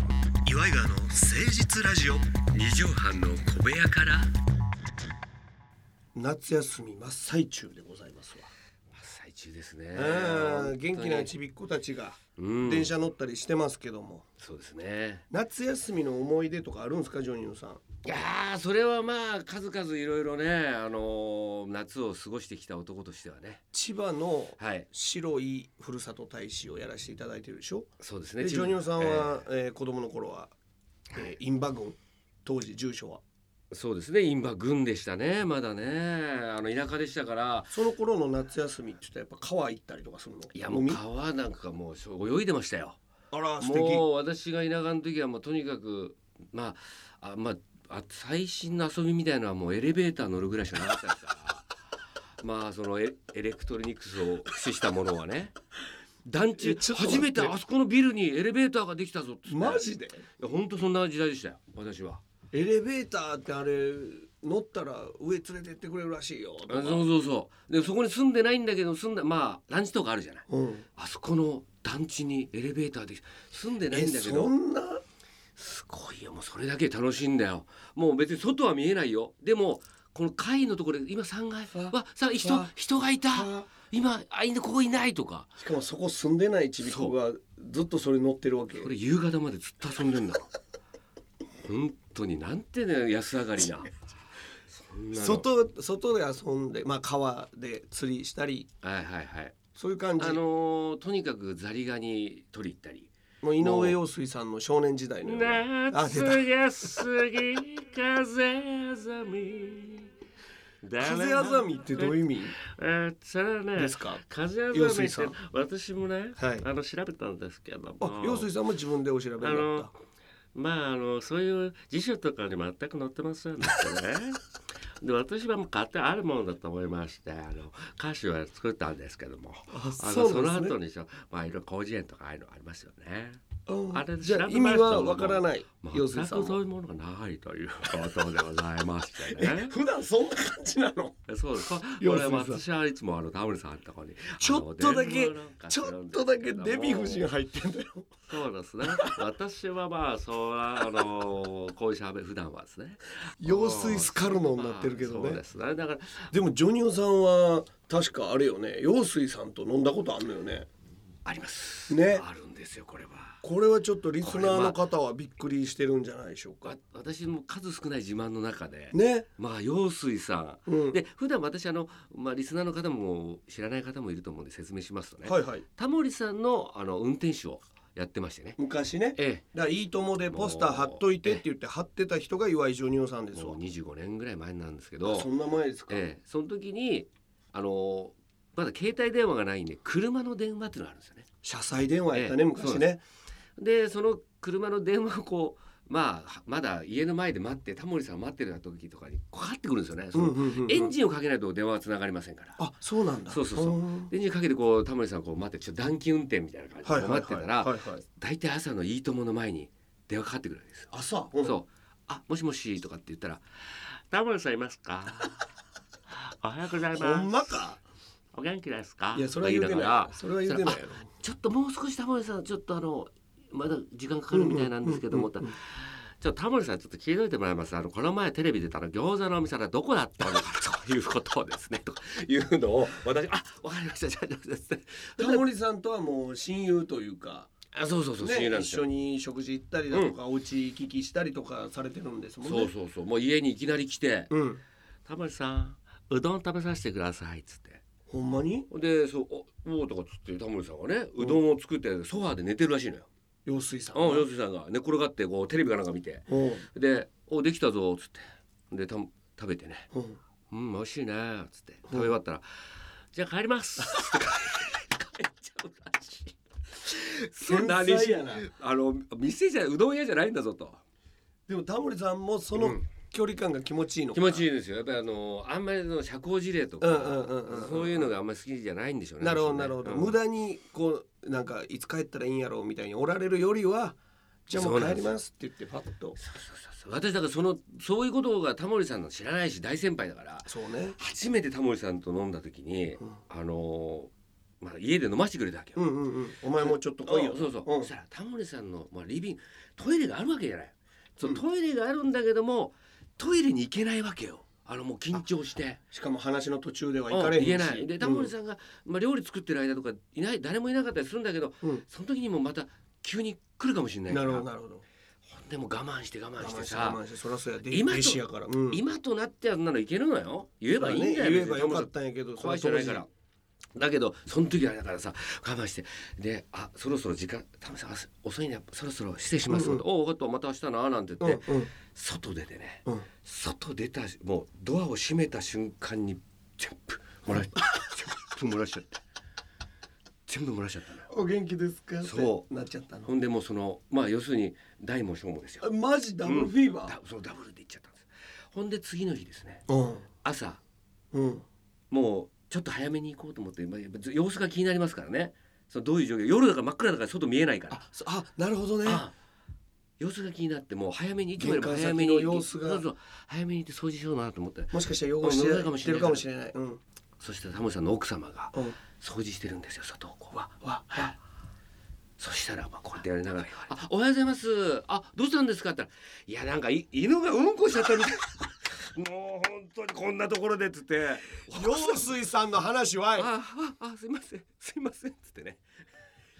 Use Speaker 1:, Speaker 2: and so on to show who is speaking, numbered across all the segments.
Speaker 1: イガーの誠実ラジオ
Speaker 2: 二畳半の小部屋から
Speaker 1: 夏休み真っ最中でございますわ、
Speaker 2: 最中ですね
Speaker 1: あー元気な
Speaker 2: ち
Speaker 1: ちびっ子たちが
Speaker 2: うん
Speaker 1: 電車乗ったりしてますけども、
Speaker 2: そうですね
Speaker 1: 夏休みの思い出とかあるんですかジョニーさん
Speaker 2: いやーそれはまあ数々いろいろねあのー夏を過ごしてきた男としてはね
Speaker 1: 千葉の
Speaker 2: はい
Speaker 1: 白いふるさと大使をやらせていただいてるでしょ
Speaker 2: そうですね
Speaker 1: でジョニオさん
Speaker 2: え
Speaker 1: は、えー子供の頃は、えー、インバ軍当時住所は
Speaker 2: ーそうですね今軍でしたねまだねあの田舎でしたから
Speaker 1: その頃の夏休みって言ったらやっぱ川行ったりとかするの
Speaker 2: いやもう
Speaker 1: 海
Speaker 2: 川なんかもうそう泳いでましたよ
Speaker 1: あら素敵
Speaker 2: もう私が田舎の時はもうとにかくまああまああ最新の遊びみたいなのはもうエレベーター乗るぐらいしかなかったですから まあそのエエレクトロニクスを駆使したものはね団
Speaker 1: え
Speaker 2: 地
Speaker 1: ちょっと待
Speaker 2: 初
Speaker 1: って
Speaker 2: めてあそこのビルにエレベーターができたぞっつって
Speaker 1: マジで
Speaker 2: いや本当そんな時代でしたよ私は
Speaker 1: エレベーターってあれ乗ったら上連れてってくれるらしいよと
Speaker 2: そ
Speaker 1: か
Speaker 2: うそうそうでそこに住んでないんだけど住んだまあ団地とかあるじゃない
Speaker 1: うん
Speaker 2: あそこの団地にエレベーターできた住んでない
Speaker 1: え
Speaker 2: んだけ
Speaker 1: そ
Speaker 2: ど
Speaker 1: んな
Speaker 2: すごいよもうそれだけ楽しいんだよもう別に外は見えないよでもこの階のところで今3階
Speaker 1: わ
Speaker 2: わさ人
Speaker 1: わ
Speaker 2: 人がいた
Speaker 1: あ
Speaker 2: 今あいここいないとか
Speaker 1: しかもそこ住んでないちびっ子がずっとそれ乗ってるわけ
Speaker 2: これ夕方までずっと遊んでんだ本当になんてね安上がりなそんなの
Speaker 1: 外外で遊んで、まあ、川で釣りしたり
Speaker 2: はいはいはい
Speaker 1: そういう感じ
Speaker 2: あのーとにかくザリガニ取り行ったり
Speaker 1: もう井上陽水さんの少年時代のようなあ出た
Speaker 2: が過ぎ風あざみ
Speaker 1: 風あざみってどういう意味
Speaker 2: それはね
Speaker 1: ですか
Speaker 2: 風あ
Speaker 1: 陽
Speaker 2: ざめ
Speaker 1: 水
Speaker 2: っ
Speaker 1: さ
Speaker 2: て
Speaker 1: ん
Speaker 2: 私もね、
Speaker 1: はい
Speaker 2: あの調べたんですけども
Speaker 1: あ陽水さんも自分でお調べにな
Speaker 2: あ
Speaker 1: っ
Speaker 2: の
Speaker 1: た
Speaker 2: まああのそういう辞書とかに全く載ってませんでしたね で私はもう買ってあるものだと思いましてあの歌詞は作ったんですけども
Speaker 1: あ
Speaker 2: あの
Speaker 1: そう
Speaker 2: その
Speaker 1: なんです
Speaker 2: 後
Speaker 1: ね
Speaker 2: にしょまあいろいろ広辞苑とかああいうのありますよね
Speaker 1: うん
Speaker 2: あれ
Speaker 1: じゃあ
Speaker 2: 調
Speaker 1: 意
Speaker 2: べま
Speaker 1: 味
Speaker 2: したもん
Speaker 1: はわからない陽水
Speaker 2: 全く
Speaker 1: さん
Speaker 2: そう
Speaker 1: は
Speaker 2: いうものがないということでございまして
Speaker 1: え
Speaker 2: ね
Speaker 1: 普段そんな感じなの
Speaker 2: そうですこ
Speaker 1: 陽
Speaker 2: れ
Speaker 1: 水さん
Speaker 2: 私はいつもあのタモリさんのとこに
Speaker 1: ちょっとだけ
Speaker 2: あの電話なんか
Speaker 1: ち
Speaker 2: す
Speaker 1: ょ
Speaker 2: る
Speaker 1: っ
Speaker 2: んです
Speaker 1: と
Speaker 2: け
Speaker 1: だ
Speaker 2: れ
Speaker 1: け
Speaker 2: ども
Speaker 1: デヴィ夫人入ってんだよ
Speaker 2: そうですね。私はまあそうあのこういうしゃべ普段はですね。
Speaker 1: 陽水スカルノになってるけど
Speaker 2: そう
Speaker 1: ね
Speaker 2: ですね。だから
Speaker 1: でもジョニオさんは確かあれよね陽水さんと飲んだことあんのよね
Speaker 2: あります。
Speaker 1: ね
Speaker 2: あるんですよこれは。
Speaker 1: これはちょっとリスナーの方はびっくりしてるんじゃないでしょうか
Speaker 2: わ私も数少ない自慢の中で。
Speaker 1: ね
Speaker 2: まあ陽水さん、
Speaker 1: うん
Speaker 2: で普段私あの、まあ、リスナーの方も知らない方もいると思うんで説明しますとね、
Speaker 1: はいはい
Speaker 2: タモリさんのあの運転手をやってましてね、
Speaker 1: 昔ね
Speaker 2: え
Speaker 1: だからいいともでポスター貼っといてって言って貼ってた人が岩井ジョニオさんで
Speaker 2: え、
Speaker 1: す
Speaker 2: も
Speaker 1: わ
Speaker 2: う25年ぐらい前なんですけど
Speaker 1: あそんな前ですか、
Speaker 2: ええ、その時にあのまだ携帯電話がないんで車の電話っていうのがあるんですよね。
Speaker 1: 車載電話やったね、
Speaker 2: ええ
Speaker 1: 昔ね
Speaker 2: でその車の電話をこうまあまだ家の前で待ってタモリさんを待ってるような時とかにかかってくるんですよね。そ
Speaker 1: う
Speaker 2: の
Speaker 1: んうんうん
Speaker 2: エンジンをかけないと電話はつながりませんから。
Speaker 1: あそうなんだ
Speaker 2: そうそうそう
Speaker 1: ーん
Speaker 2: エンジンかけてこうタモリさんをこう待ってちょっと暖気運転みたいな感じで
Speaker 1: はい
Speaker 2: こう
Speaker 1: はい
Speaker 2: 待っ
Speaker 1: は
Speaker 2: て
Speaker 1: い
Speaker 2: た
Speaker 1: は
Speaker 2: ら
Speaker 1: いはい
Speaker 2: 大体朝の「いいとも!」の前に電話かかってくるわけですよ。
Speaker 1: 朝、
Speaker 2: そう「あもしもし」とかって言ったら「タモリさんいますか? 」おはようござい
Speaker 1: ほ
Speaker 2: ます
Speaker 1: ん。まか
Speaker 2: お元気ですか
Speaker 1: いやそれは言うて
Speaker 2: と
Speaker 1: な
Speaker 2: か
Speaker 1: い
Speaker 2: がら
Speaker 1: それは言うてないやろ
Speaker 2: ちょっともう少しタモリさんちょっとあのまだ時間かかるみたいなんですけども、
Speaker 1: うんうんうんうん
Speaker 2: ちょっとタモリさんちょっと聞いといてもらいますあのこの前テレビ出たの餃子のお店はどこだ ったのかということをですねとかいうのを私あわかりましたじゃあじゃあじゃあじゃ
Speaker 1: タモリさんとはもう親友というか、
Speaker 2: ああそうそうそう、親友
Speaker 1: ね、
Speaker 2: なん
Speaker 1: 一
Speaker 2: です
Speaker 1: 緒
Speaker 2: よ
Speaker 1: に食事行ったりだとか、お家行き来したりとかされてるんですもんね
Speaker 2: そうそうそうもう家にいきなり来て
Speaker 1: うん
Speaker 2: 「タモリさんうどん食べさせてください」っつって
Speaker 1: ほんまに
Speaker 2: でそう「おお」とかっつってタモリさんがねうどんを作ってソファーで寝てるらしいのよ。
Speaker 1: 陽水さん
Speaker 2: うん、
Speaker 1: は
Speaker 2: 陽水さんが寝転がってこうテレビかなんか見て
Speaker 1: うん
Speaker 2: で「おできたぞ」っつってでた食べてね
Speaker 1: うん
Speaker 2: 「うん美味しいね」っつって食べ終わったら「じゃあ帰り ます」って帰っちゃうらしい。そんな
Speaker 1: 繊細やな
Speaker 2: あの店じゃうどん屋じゃないんだぞと
Speaker 1: でもタモリさんもその距離感が気持ちいいの
Speaker 2: 気
Speaker 1: かな
Speaker 2: 持ちいいですよやっぱりあのあんまりの社交辞令と
Speaker 1: うんうん
Speaker 2: か
Speaker 1: うんうんうん
Speaker 2: そういうのがあんまり好きじゃないんでしょうね
Speaker 1: なるほどなるほど、
Speaker 2: うん
Speaker 1: 無駄にこうなんかいつ帰ったらいいんやろうみたいにおられるよりはじゃあも
Speaker 2: そううな
Speaker 1: 帰
Speaker 2: んで
Speaker 1: り
Speaker 2: す
Speaker 1: ますって言ってパッと
Speaker 2: そうそうそう私だからそのそういうことがタモリさんの知らないし大先輩だから
Speaker 1: そうね
Speaker 2: 初めてタモリさんと飲んだ時に、
Speaker 1: ん
Speaker 2: あのまあ、家で飲ませてくれたわけ
Speaker 1: う
Speaker 2: よ。
Speaker 1: んうんうん。お前もちょっと来いよ。
Speaker 2: そうそう、そしたらタモリさんの、まあ、リビングトイレがあるわけじゃないそうトイレがあるんだけどもトイレに行けないわけよあのもう緊張して
Speaker 1: しかも話の途中では行
Speaker 2: う
Speaker 1: か
Speaker 2: ん
Speaker 1: れへんし。
Speaker 2: 言えないでタモリ
Speaker 1: ん。
Speaker 2: さんが、まあ、料理作ってる間とかいない誰もいなかったりするんだけど
Speaker 1: うん。
Speaker 2: その時にもまた急に来るかもしれないか
Speaker 1: な
Speaker 2: ら
Speaker 1: るほどなるほど。
Speaker 2: ほんでもう我慢して我慢
Speaker 1: 我
Speaker 2: して
Speaker 1: 慢して
Speaker 2: さ
Speaker 1: 我慢してそらそうやで
Speaker 2: 今と
Speaker 1: 弟子やから。うん
Speaker 2: 今となってはそんなのいけるのよ言えばいいんだよ、
Speaker 1: ね言え
Speaker 2: 別に
Speaker 1: ばよかったんやけど。
Speaker 2: 怖い人ないから。だけどその時はだからさ我慢してで「あそろそろ時間タモさんあす遅いねそろそろ失礼します」
Speaker 1: うんうん
Speaker 2: とおう分かったまた明日な」なんて
Speaker 1: そ
Speaker 2: 言
Speaker 1: の
Speaker 2: って、
Speaker 1: 時うんうん
Speaker 2: 外出てね
Speaker 1: うん。
Speaker 2: 外出たしもうドアを閉めた瞬間に全部 漏らし全部漏らしちゃって全部漏らしちゃったのよ
Speaker 1: お元気ですかって
Speaker 2: そう
Speaker 1: なっちゃったの
Speaker 2: ほんでもうそのまあ要するに大も小もですよ
Speaker 1: あマジダブルフィーバー
Speaker 2: ダそうダブルで行っちゃったんですほんで次の日ですね
Speaker 1: うん
Speaker 2: 朝
Speaker 1: うん
Speaker 2: もうちょっと早めに行こうと思って、まあ、やっぱず様子が気になりますからねそのどういう状況夜だから真っ暗だから外見えないから
Speaker 1: あそあなるほどね
Speaker 2: あ様子が気になってもう早めにいつもよりも
Speaker 1: 玄関
Speaker 2: 早めに
Speaker 1: 先の様子が
Speaker 2: そうそう早めに行って掃除しようかなと思って
Speaker 1: もしかしたら汚して
Speaker 2: うん
Speaker 1: してるかもしれないうん
Speaker 2: そしてタモリさんの奥様が
Speaker 1: うん
Speaker 2: 掃除してるんですよ外をこうわ
Speaker 1: わは
Speaker 2: そしたらまあこうやってやりながら「あおはようございますあどうしたんですか?」って言ったら「いやなんかい犬がうんこしちゃったみたい」 もう本当にこんなところで」っつって
Speaker 1: 陽水さんの話
Speaker 2: 「
Speaker 1: は
Speaker 2: あああすいませんすいません」っつってね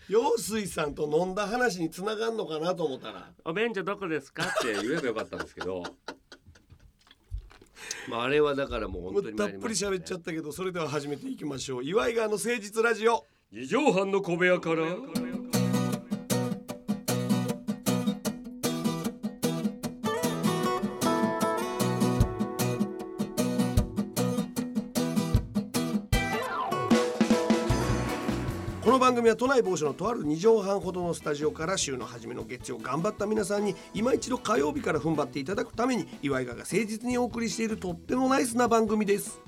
Speaker 1: 陽水さんと飲んだ話に繋がんのかなと思ったら
Speaker 2: 「お便所どこですか?」って言えばよかったんですけど。 まああれはだからもう
Speaker 1: も
Speaker 2: 本当
Speaker 1: う
Speaker 2: に
Speaker 1: た
Speaker 2: 参
Speaker 1: っ
Speaker 2: りましたね
Speaker 1: ぷり喋っちゃったけどそれでは始めていきましょう岩井川の誠実ラジオ
Speaker 2: 二畳半の小部屋から。
Speaker 1: この番組は都内某所のとある2畳半ほどのスタジオから週の初めの月曜頑張った皆さんに今一度火曜日から踏ん張っていただくために岩井川が誠実にお送りしているとってもナイスな番組です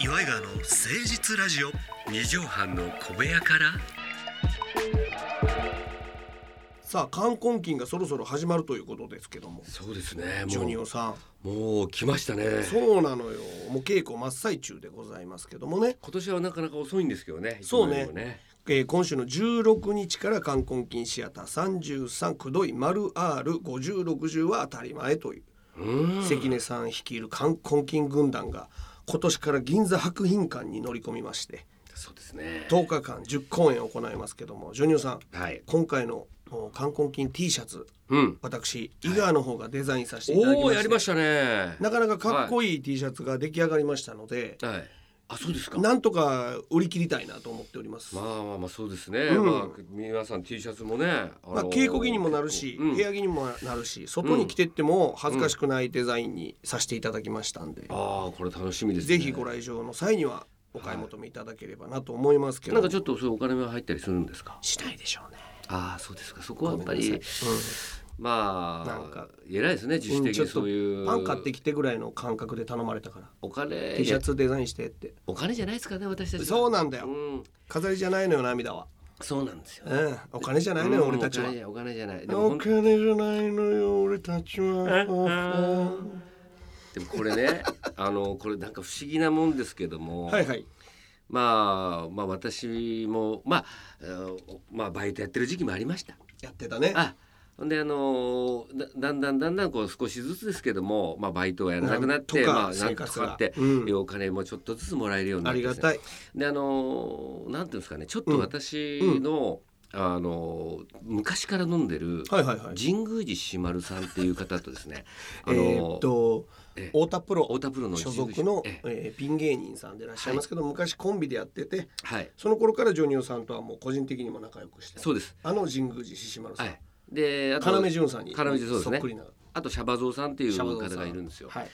Speaker 1: 岩井川の誠実ラジオ
Speaker 2: 二畳半の小部屋から。
Speaker 1: さあ冠婚金がそろそろ始まるということですけども
Speaker 2: そうですね。
Speaker 1: ジョニ
Speaker 2: も
Speaker 1: オさん
Speaker 2: う、もう来ましたね。
Speaker 1: そうなのよもう稽古真っ最中でございますけどもね
Speaker 2: 今年はなかなか遅いんですけどね。
Speaker 1: そうね
Speaker 2: いつもよりもね
Speaker 1: えー今週の16日から冠婚金シアター33くどい丸 R5060 は当たり前という、
Speaker 2: うん。
Speaker 1: 関根さん率いる冠婚金軍団が今年から銀座博品館に乗り込みまして
Speaker 2: そうですね。
Speaker 1: 10日間10公演を行いますけどもジョニオさん
Speaker 2: はい。
Speaker 1: 今回のお冠婚金 T シャツ
Speaker 2: うん。
Speaker 1: 私井川の方がデザインさせていただき
Speaker 2: お
Speaker 1: ま
Speaker 2: お、
Speaker 1: して、
Speaker 2: やりましたね。
Speaker 1: なかなかかっこいい T シャツが出来上がりましたので、
Speaker 2: はい。あ、そうですか。ま
Speaker 1: なんとか売り切りたいなと思っております。
Speaker 2: あまあまあ、そうですね。
Speaker 1: うん
Speaker 2: まあ、皆さん T シャツもね。あ
Speaker 1: まあ、
Speaker 2: の
Speaker 1: 稽古着にもなるし、
Speaker 2: うん
Speaker 1: 部屋着にもなるし外に着てっても恥ずかしくないデザインにさせていただきましたんで、
Speaker 2: ああ、これ楽しみですね。
Speaker 1: ぜひご来場の際にはお買い求めいただければなと思いますけど、
Speaker 2: なんかちょっとそういうお金が入ったりするんですか。
Speaker 1: しないでしょうね
Speaker 2: ああ、そうですか。そこは
Speaker 1: ご
Speaker 2: や
Speaker 1: め
Speaker 2: っ
Speaker 1: んな
Speaker 2: ぱ
Speaker 1: さい
Speaker 2: り、まあ、
Speaker 1: なんか
Speaker 2: 偉いですね。自主的
Speaker 1: うん
Speaker 2: に
Speaker 1: ちょっと
Speaker 2: そうい
Speaker 1: うん
Speaker 2: う。
Speaker 1: パン買ってきてぐらいの感覚で頼まれたから
Speaker 2: お金
Speaker 1: T シャツデザインしてって
Speaker 2: お金じゃないですかね私たちは
Speaker 1: そうなんだよ
Speaker 2: うん、
Speaker 1: 飾りじゃないのよ涙は、
Speaker 2: そうなんですよ
Speaker 1: うん、お金じゃないのよ
Speaker 2: うん
Speaker 1: 俺たちは
Speaker 2: お金じゃお金じゃないでもほ
Speaker 1: お
Speaker 2: ん
Speaker 1: 金じゃないのよ俺たちは
Speaker 2: でもこ れねあのこれなんか不思議なもんですけども、
Speaker 1: はいはい
Speaker 2: まあまあ私もまあ、えーまあバイトやってる時期もありました
Speaker 1: やってたね
Speaker 2: あほんであのだだんだんだんだんこう少しずつですけども、まあ、バイトをやらなくなっ
Speaker 1: なん
Speaker 2: て
Speaker 1: とか
Speaker 2: まあ、なん
Speaker 1: 生
Speaker 2: と
Speaker 1: 活
Speaker 2: か
Speaker 1: が
Speaker 2: って、
Speaker 1: うん
Speaker 2: いうお金もちょっとずつもらえるようにな
Speaker 1: あ
Speaker 2: って
Speaker 1: り
Speaker 2: ですね、
Speaker 1: がたい
Speaker 2: であのなんていうんですかねちょっと私の、あの昔から飲んでる
Speaker 1: はいはいはい
Speaker 2: 神宮寺しまるさんっていう方とです ねあ
Speaker 1: え
Speaker 2: の、
Speaker 1: ーっと
Speaker 2: え
Speaker 1: 太田プロ
Speaker 2: 太田プロの
Speaker 1: 所属の、
Speaker 2: え
Speaker 1: えー
Speaker 2: え
Speaker 1: ピン芸人さんでいらっしゃいますけど、昔コンビでやってて
Speaker 2: はい
Speaker 1: その頃からジョニオさんとはもう個人的にも仲良くして
Speaker 2: そうです
Speaker 1: あの神宮寺獅子丸さ
Speaker 2: は
Speaker 1: ん、
Speaker 2: いであと
Speaker 1: 要潤さんに
Speaker 2: 要潤そうです
Speaker 1: そ
Speaker 2: ね
Speaker 1: っくりな
Speaker 2: あとシャバゾウさんっていう
Speaker 1: シャバ
Speaker 2: 方
Speaker 1: ゾウさん
Speaker 2: がいるんですよ
Speaker 1: はい、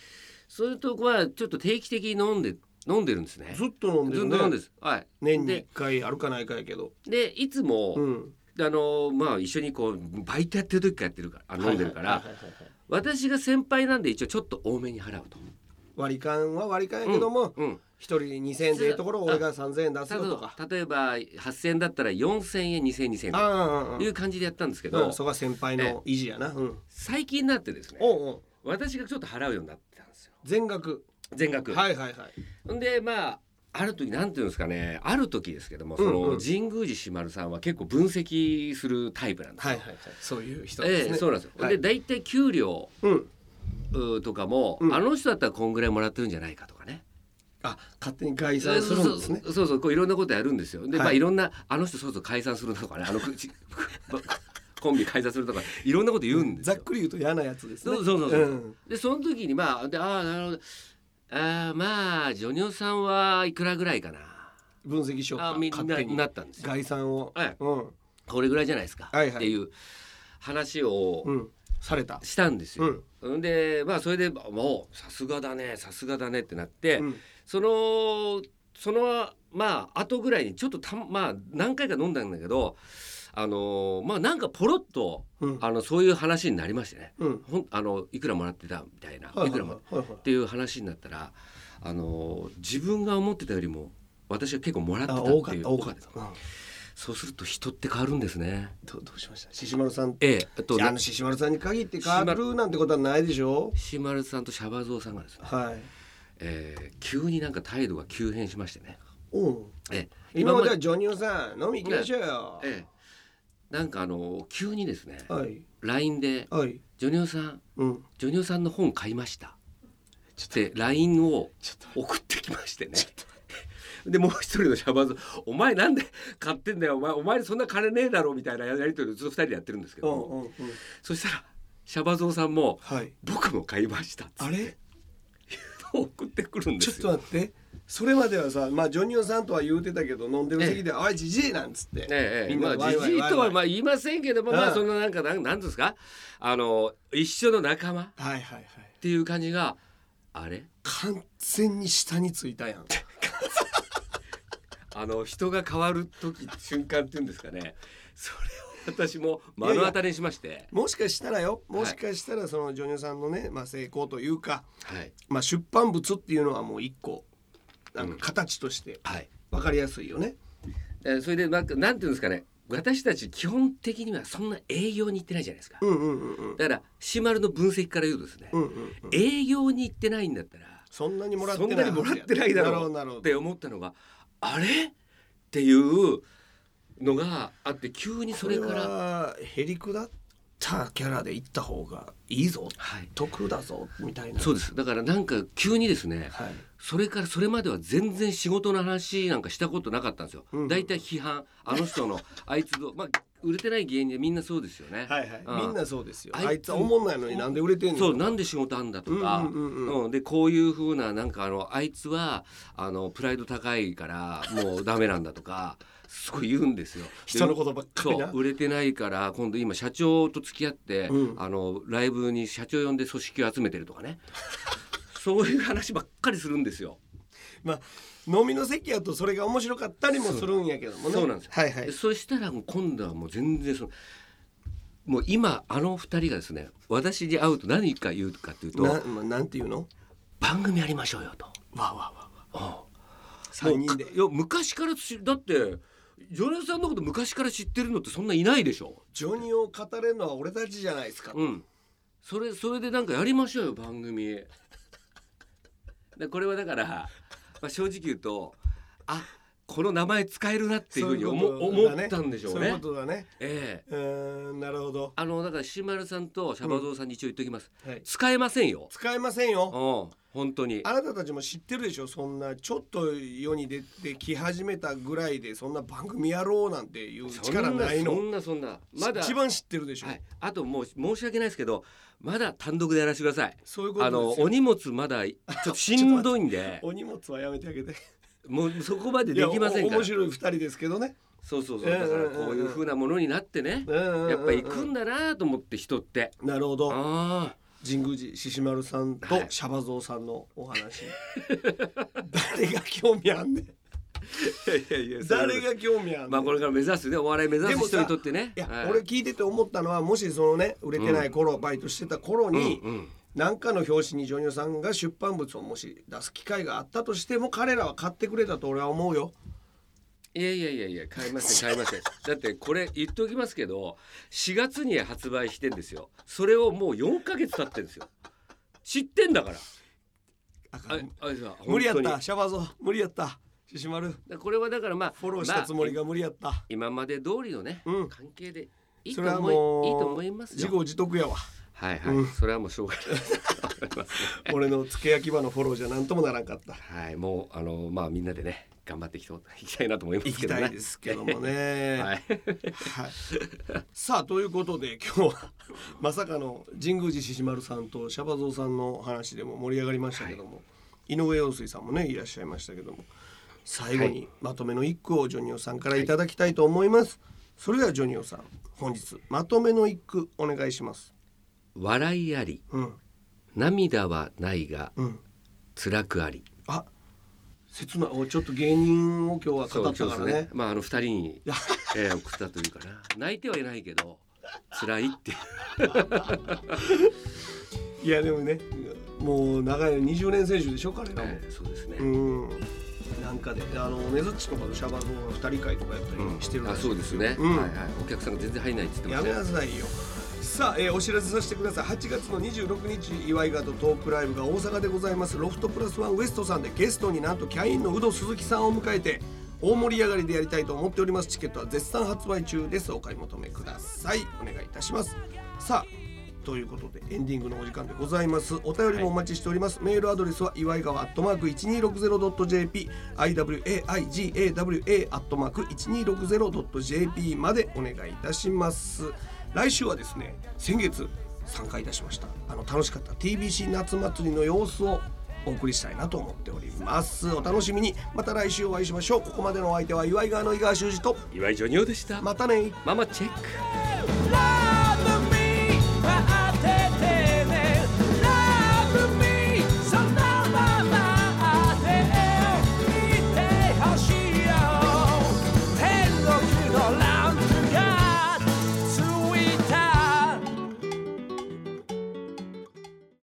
Speaker 2: それとはちょっと定期的に飲んで飲んでるんですね
Speaker 1: ずっと飲んで
Speaker 2: ず
Speaker 1: る
Speaker 2: っと飲んで
Speaker 1: ね
Speaker 2: るんですはい
Speaker 1: 年に1
Speaker 2: で
Speaker 1: 回あるかないかやけど、
Speaker 2: でいつも、
Speaker 1: うん、
Speaker 2: あのまあ一緒にこうバイトやってる時からやってるからあ飲んでるから、
Speaker 1: はいはいはいはいはい
Speaker 2: 私が先輩なんで一応ちょっと多めに払うと
Speaker 1: 割り勘は割り勘やけども
Speaker 2: うん
Speaker 1: 一、人2000円でいうところを俺が3000円出す
Speaker 2: た
Speaker 1: よと
Speaker 2: だ
Speaker 1: か
Speaker 2: 例えば8,000円だったら4,000円2,000円2,000円
Speaker 1: あああああ
Speaker 2: という感じでやったんですけ
Speaker 1: あう
Speaker 2: ど
Speaker 1: ん、そこは先輩の維持やな、うん、
Speaker 2: 最近になってですね
Speaker 1: おうおう
Speaker 2: 私がちょっと払うようになってたんですよ
Speaker 1: 全額
Speaker 2: 全額。
Speaker 1: はいはいはい
Speaker 2: んでまあある時なんていうんですかねある時ですけどもそ
Speaker 1: うんうん
Speaker 2: の神宮寺志丸さんは結構分析するタイプなんです
Speaker 1: はいは
Speaker 2: よ。
Speaker 1: いはいそういう人なんで
Speaker 2: え
Speaker 1: す
Speaker 2: え
Speaker 1: ね、
Speaker 2: そうなんですよ、
Speaker 1: はい
Speaker 2: で大体給料
Speaker 1: うん
Speaker 2: うとかも、
Speaker 1: うん
Speaker 2: あの人だったらこんぐらいもらってるんじゃないかとかね
Speaker 1: あ勝手に概算するんですね
Speaker 2: そうそうそうこういろんなことやるんですよ
Speaker 1: は
Speaker 2: で、
Speaker 1: い
Speaker 2: い、まあいろんなあの人そうそう解散するとかねあのくち コンビ解散するとかいろんなこと言うんです
Speaker 1: ざ
Speaker 2: よ
Speaker 1: っくり言うと嫌なやつですね
Speaker 2: そうそうそうそう
Speaker 1: うん
Speaker 2: でその時にまあでああなるほどあーまあジョニオさんはいくらぐらいかな
Speaker 1: 分析しよう
Speaker 2: あ
Speaker 1: か
Speaker 2: ーみん
Speaker 1: 勝
Speaker 2: な
Speaker 1: 手に
Speaker 2: なったんですよ
Speaker 1: 概算を、
Speaker 2: はい
Speaker 1: うん
Speaker 2: これぐらいじゃないですか、
Speaker 1: はいはい
Speaker 2: っていう話を
Speaker 1: うんされた
Speaker 2: したんですよ、ん、でまあそれでもうさすがだねさすがだねってなって、
Speaker 1: うん
Speaker 2: そのそのまあ後ぐらいにちょっとたまあ何回か飲んだんだけどあのまあなんかポロッと
Speaker 1: うん
Speaker 2: あのそういう話になりましてね
Speaker 1: うん
Speaker 2: ほんあのいくらもらってたみたいな、
Speaker 1: はいいはい
Speaker 2: く
Speaker 1: はい
Speaker 2: らもっ
Speaker 1: はいはい
Speaker 2: ていう話になったらあの自分が思ってたよりも私が結構もらってた
Speaker 1: あ
Speaker 2: っ
Speaker 1: 多か
Speaker 2: て
Speaker 1: っ
Speaker 2: いう
Speaker 1: た多かった、うん
Speaker 2: そうすると人って変わるんですね。
Speaker 1: どどうしました獅子丸さん
Speaker 2: ええ、えっと
Speaker 1: いやあの獅子丸さんに限って変わるなんてことはないでしょ
Speaker 2: 石丸さんとシャバゾウさんがですね、
Speaker 1: はい
Speaker 2: えー急になんか態度が急変しましてね、
Speaker 1: おう
Speaker 2: ええ、
Speaker 1: 今まで
Speaker 2: で
Speaker 1: はジョニオさん飲み行きましょうよ、
Speaker 2: ええ、なんかあの急にですね
Speaker 1: はい
Speaker 2: LINE で
Speaker 1: はい
Speaker 2: 「ジョニオさん
Speaker 1: うん
Speaker 2: ジョニオさんの本買いました」って LINE を
Speaker 1: ちょっと
Speaker 2: 送ってきましてね。でもう一人のシャバーズ「お前なんで買ってんだよお前お前そんな金ねえだろ」みたいなやり取りをずっと二人でやってるんですけども、
Speaker 1: うんうんうん
Speaker 2: そしたらシャバゾウさんも
Speaker 1: はい
Speaker 2: 「僕も買いました」っつ
Speaker 1: あ
Speaker 2: っ
Speaker 1: れ
Speaker 2: て送ってくるんで
Speaker 1: ちょっ
Speaker 2: す
Speaker 1: と
Speaker 2: よ。
Speaker 1: 待ってそれまではさまあジョニオさんとは言うてたけど飲んでる席で「おいじじい!」なんつって、
Speaker 2: ええええ、
Speaker 1: みんな
Speaker 2: ま
Speaker 1: で
Speaker 2: あ
Speaker 1: ワイ
Speaker 2: じ
Speaker 1: ワイ
Speaker 2: じいと
Speaker 1: ワイ
Speaker 2: は
Speaker 1: ワ
Speaker 2: まあ言いませんけども、ま
Speaker 1: うん
Speaker 2: あそのなんかなんなんていうんですかあの一緒の仲間っ
Speaker 1: イはいはいはい
Speaker 2: ていう感じがあれ
Speaker 1: 完全に下についたやん
Speaker 2: あの人が変わる時瞬間っていうんですかねそれを私も目の当たりにしまして
Speaker 1: もしかしたらよもしかしたらそのジョニオさんのね、まあ、成功というか、
Speaker 2: はい
Speaker 1: まあ、出版物っていうのはもう一個なんか形として
Speaker 2: はい
Speaker 1: 分かりやすいよね、
Speaker 2: でそれでなんかなんていうんですかね私たち基本的にはそんな営業に行ってないじゃないですか
Speaker 1: うん、うんうんうん
Speaker 2: だからシマルの分析から言うとですね、
Speaker 1: うんうんうん
Speaker 2: 営業に行ってないんだったら
Speaker 1: そんなにもらって
Speaker 2: そ
Speaker 1: ない
Speaker 2: んなにもらってないだろう
Speaker 1: なるほどな
Speaker 2: っ
Speaker 1: る
Speaker 2: て思ったのがあれっていうのがあって急
Speaker 1: ほ
Speaker 2: に
Speaker 1: どそ
Speaker 2: そ
Speaker 1: れ
Speaker 2: れから
Speaker 1: からへりくだったキャラで行った方がいいぞ
Speaker 2: はい
Speaker 1: 得だぞみたいな
Speaker 2: そうですだからなんか急にですね
Speaker 1: はい
Speaker 2: それからそれまでは全然仕事の話なんかしたことなかったんですよ
Speaker 1: うん
Speaker 2: 大体、批判あの 人のあいつのまあ売れてない芸人はみんなそうですよね、
Speaker 1: はいはい、
Speaker 2: うん
Speaker 1: みんなそうですよ
Speaker 2: あいつ
Speaker 1: あいつは思んないのになんで売れてんの
Speaker 2: そうなんで仕事あんだとか、
Speaker 1: うんうんうんうん
Speaker 2: でこういう風ななんかあのあいつはあのプライド高いからもうダメなんだとか すごい言うんですよ。で
Speaker 1: 人のことばっか
Speaker 2: そ
Speaker 1: りな
Speaker 2: う売れてないから今度今社長と付き合って、
Speaker 1: うん
Speaker 2: あのライブに社長呼んで組織を集めてると かねそういう話ばっかりするんですよ。
Speaker 1: まあ飲みの席やとそれが面白かったりもするんやけどもね
Speaker 2: そうなんですよ
Speaker 1: はいはい
Speaker 2: そしたらもう今度はもう全然そのもう今あの二人がですね私に会うと何か言うかっていうと
Speaker 1: なまあなんていうの
Speaker 2: 番組やりましょうよと。
Speaker 1: わわわ
Speaker 2: もう
Speaker 1: 三人で
Speaker 2: かいや昔からしだってジョネさんのこと昔から知ってるのってそんないないでしょ。
Speaker 1: ジョニオを語れるのは俺たちじゃないですか、
Speaker 2: うん。それそれでなんかやりましょうよ番組。 でこれはだから、まあ、正直言うとあこの名前使えるなっていうふうに思
Speaker 1: そういうことだ
Speaker 2: 思ったんでしょう
Speaker 1: そういう
Speaker 2: ね
Speaker 1: こ。とだね
Speaker 2: え
Speaker 1: う
Speaker 2: え
Speaker 1: ーんなるほど、
Speaker 2: あのだからシマルさんとシャバゾウさんに一応言っておきます。
Speaker 1: はい、
Speaker 2: 使えませんよ。
Speaker 1: 使えません
Speaker 2: うん
Speaker 1: よ
Speaker 2: 本当に。
Speaker 1: あなたたちも知ってるでしょそんなちょっと世に出てき始めたぐらいでそんな番組やろうなんていう力ない
Speaker 2: そ
Speaker 1: の
Speaker 2: んなそんなそんなまだ。
Speaker 1: 一番知ってるでしょ、
Speaker 2: はい、あともう申し訳ないですけどまだ単独でやらせてください。
Speaker 1: そういうこ
Speaker 2: あ
Speaker 1: と
Speaker 2: の
Speaker 1: ですよ
Speaker 2: お荷物まだちょっとし んどいんで
Speaker 1: お荷物はやめてあげて
Speaker 2: もうそこまでできませ
Speaker 1: いやお
Speaker 2: んから
Speaker 1: 面白い二人ですけどね
Speaker 2: そうそうそう
Speaker 1: ええ
Speaker 2: だからこういう風なものになってねや
Speaker 1: や
Speaker 2: っぱ行くんだなと思って人って
Speaker 1: なるほど
Speaker 2: あ
Speaker 1: 神宮寺獅子丸さん
Speaker 2: は
Speaker 1: と
Speaker 2: い
Speaker 1: シャバゾウさんのお 話誰が興味あんねん
Speaker 2: あいやいや
Speaker 1: 誰が興味あんねん、
Speaker 2: まあこれから目指すねお笑い目指
Speaker 1: でも
Speaker 2: す
Speaker 1: さ
Speaker 2: 人にとってね
Speaker 1: いや、
Speaker 2: はい
Speaker 1: 俺聞いてて思ったのはもしそのね売れてない頃、バイトしてた頃に、
Speaker 2: うんうん
Speaker 1: 何かの表紙にジョニオさんが出版物をもし出す機会があったとしても彼らは買ってくれたと俺は思うよ
Speaker 2: いやいやいやいや買いません買いませんだってこれ言っておきますけど4月に発売してんですよそれをもう4ヶ月経ってるんですよ知ってんだから
Speaker 1: あか
Speaker 2: あ
Speaker 1: ん
Speaker 2: あれさ
Speaker 1: 無理やっ
Speaker 2: 本当
Speaker 1: たシャバーゾ無理やったシシマル
Speaker 2: にこれはだからまあ
Speaker 1: フォローしたつもり
Speaker 2: まあ
Speaker 1: が無理やった、
Speaker 2: い今まで通りのね、
Speaker 1: うん
Speaker 2: 関係でいいと
Speaker 1: それは
Speaker 2: 思いいい
Speaker 1: もう
Speaker 2: と思います
Speaker 1: 自
Speaker 2: よ
Speaker 1: 業自得や わ
Speaker 2: はいはい、
Speaker 1: うん
Speaker 2: それはもうしょうがないわかります
Speaker 1: 俺のつけ焼き場のフォローじゃなんともならんかっ た
Speaker 2: はいもうあのまあみんなでね頑張っていきといきたいなと思いま
Speaker 1: 行
Speaker 2: すけ
Speaker 1: き
Speaker 2: どね
Speaker 1: たいですけどもね、
Speaker 2: はい、
Speaker 1: はい、さあということで今日はまさかの神宮寺獅子丸さんとシャバゾウさんの話でも盛り上がりましたけども、井上陽水さんもねいらっしゃいましたけども最後
Speaker 2: は
Speaker 1: にまとめの一句をジョニオさんからいただきたいと思います、それではジョニオさん本日まとめの一句お願いします
Speaker 2: 笑いあり
Speaker 1: うん
Speaker 2: 涙はないが
Speaker 1: うん
Speaker 2: 辛くあり
Speaker 1: あ切ないおちょっと芸人を今日は語ったから
Speaker 2: そう
Speaker 1: ね
Speaker 2: ですまああの二人に
Speaker 1: いや、
Speaker 2: えー、送ったというかな泣いてはいないけど辛いっていう
Speaker 1: いやでもねもう長い20年選手でしょ彼らも、
Speaker 2: はいそうですね、
Speaker 1: うん、なんかで、あのねずっちとかとシャバゾウの二人会とかやった
Speaker 2: うん
Speaker 1: りしてるら
Speaker 2: あ
Speaker 1: しい
Speaker 2: そうですね、
Speaker 1: うん
Speaker 2: はいはいお客さんが全然入んないって言
Speaker 1: や
Speaker 2: ってまし
Speaker 1: め
Speaker 2: た
Speaker 1: な
Speaker 2: よ
Speaker 1: さいよさあ、えーお知らせさせてください8月の26日岩井川とトークライブが大阪でございますロフトプラスワンウエストさんでゲストになんとキャインの有働鈴木さんを迎えて大盛り上がりでやりたいと思っておりますチケットは絶賛発売中ですお買い求めくださいお願いいたしますさあということでエンディングのお時間でございますお便りもお待ちしております、メールアドレスは岩井川アットマーク 1260.jp iwaigawa アットマーク 1260.jp までお願いいたします来週はですね先月参加いたしましたあの楽しかった TBC 夏祭りの様子をお送りしたいなと思っておりますお楽しみにまた来週お会いしましょうここまでのお相手は岩井川の井川修司と
Speaker 2: 岩井ジョニオでした、
Speaker 1: またね
Speaker 2: ママチェック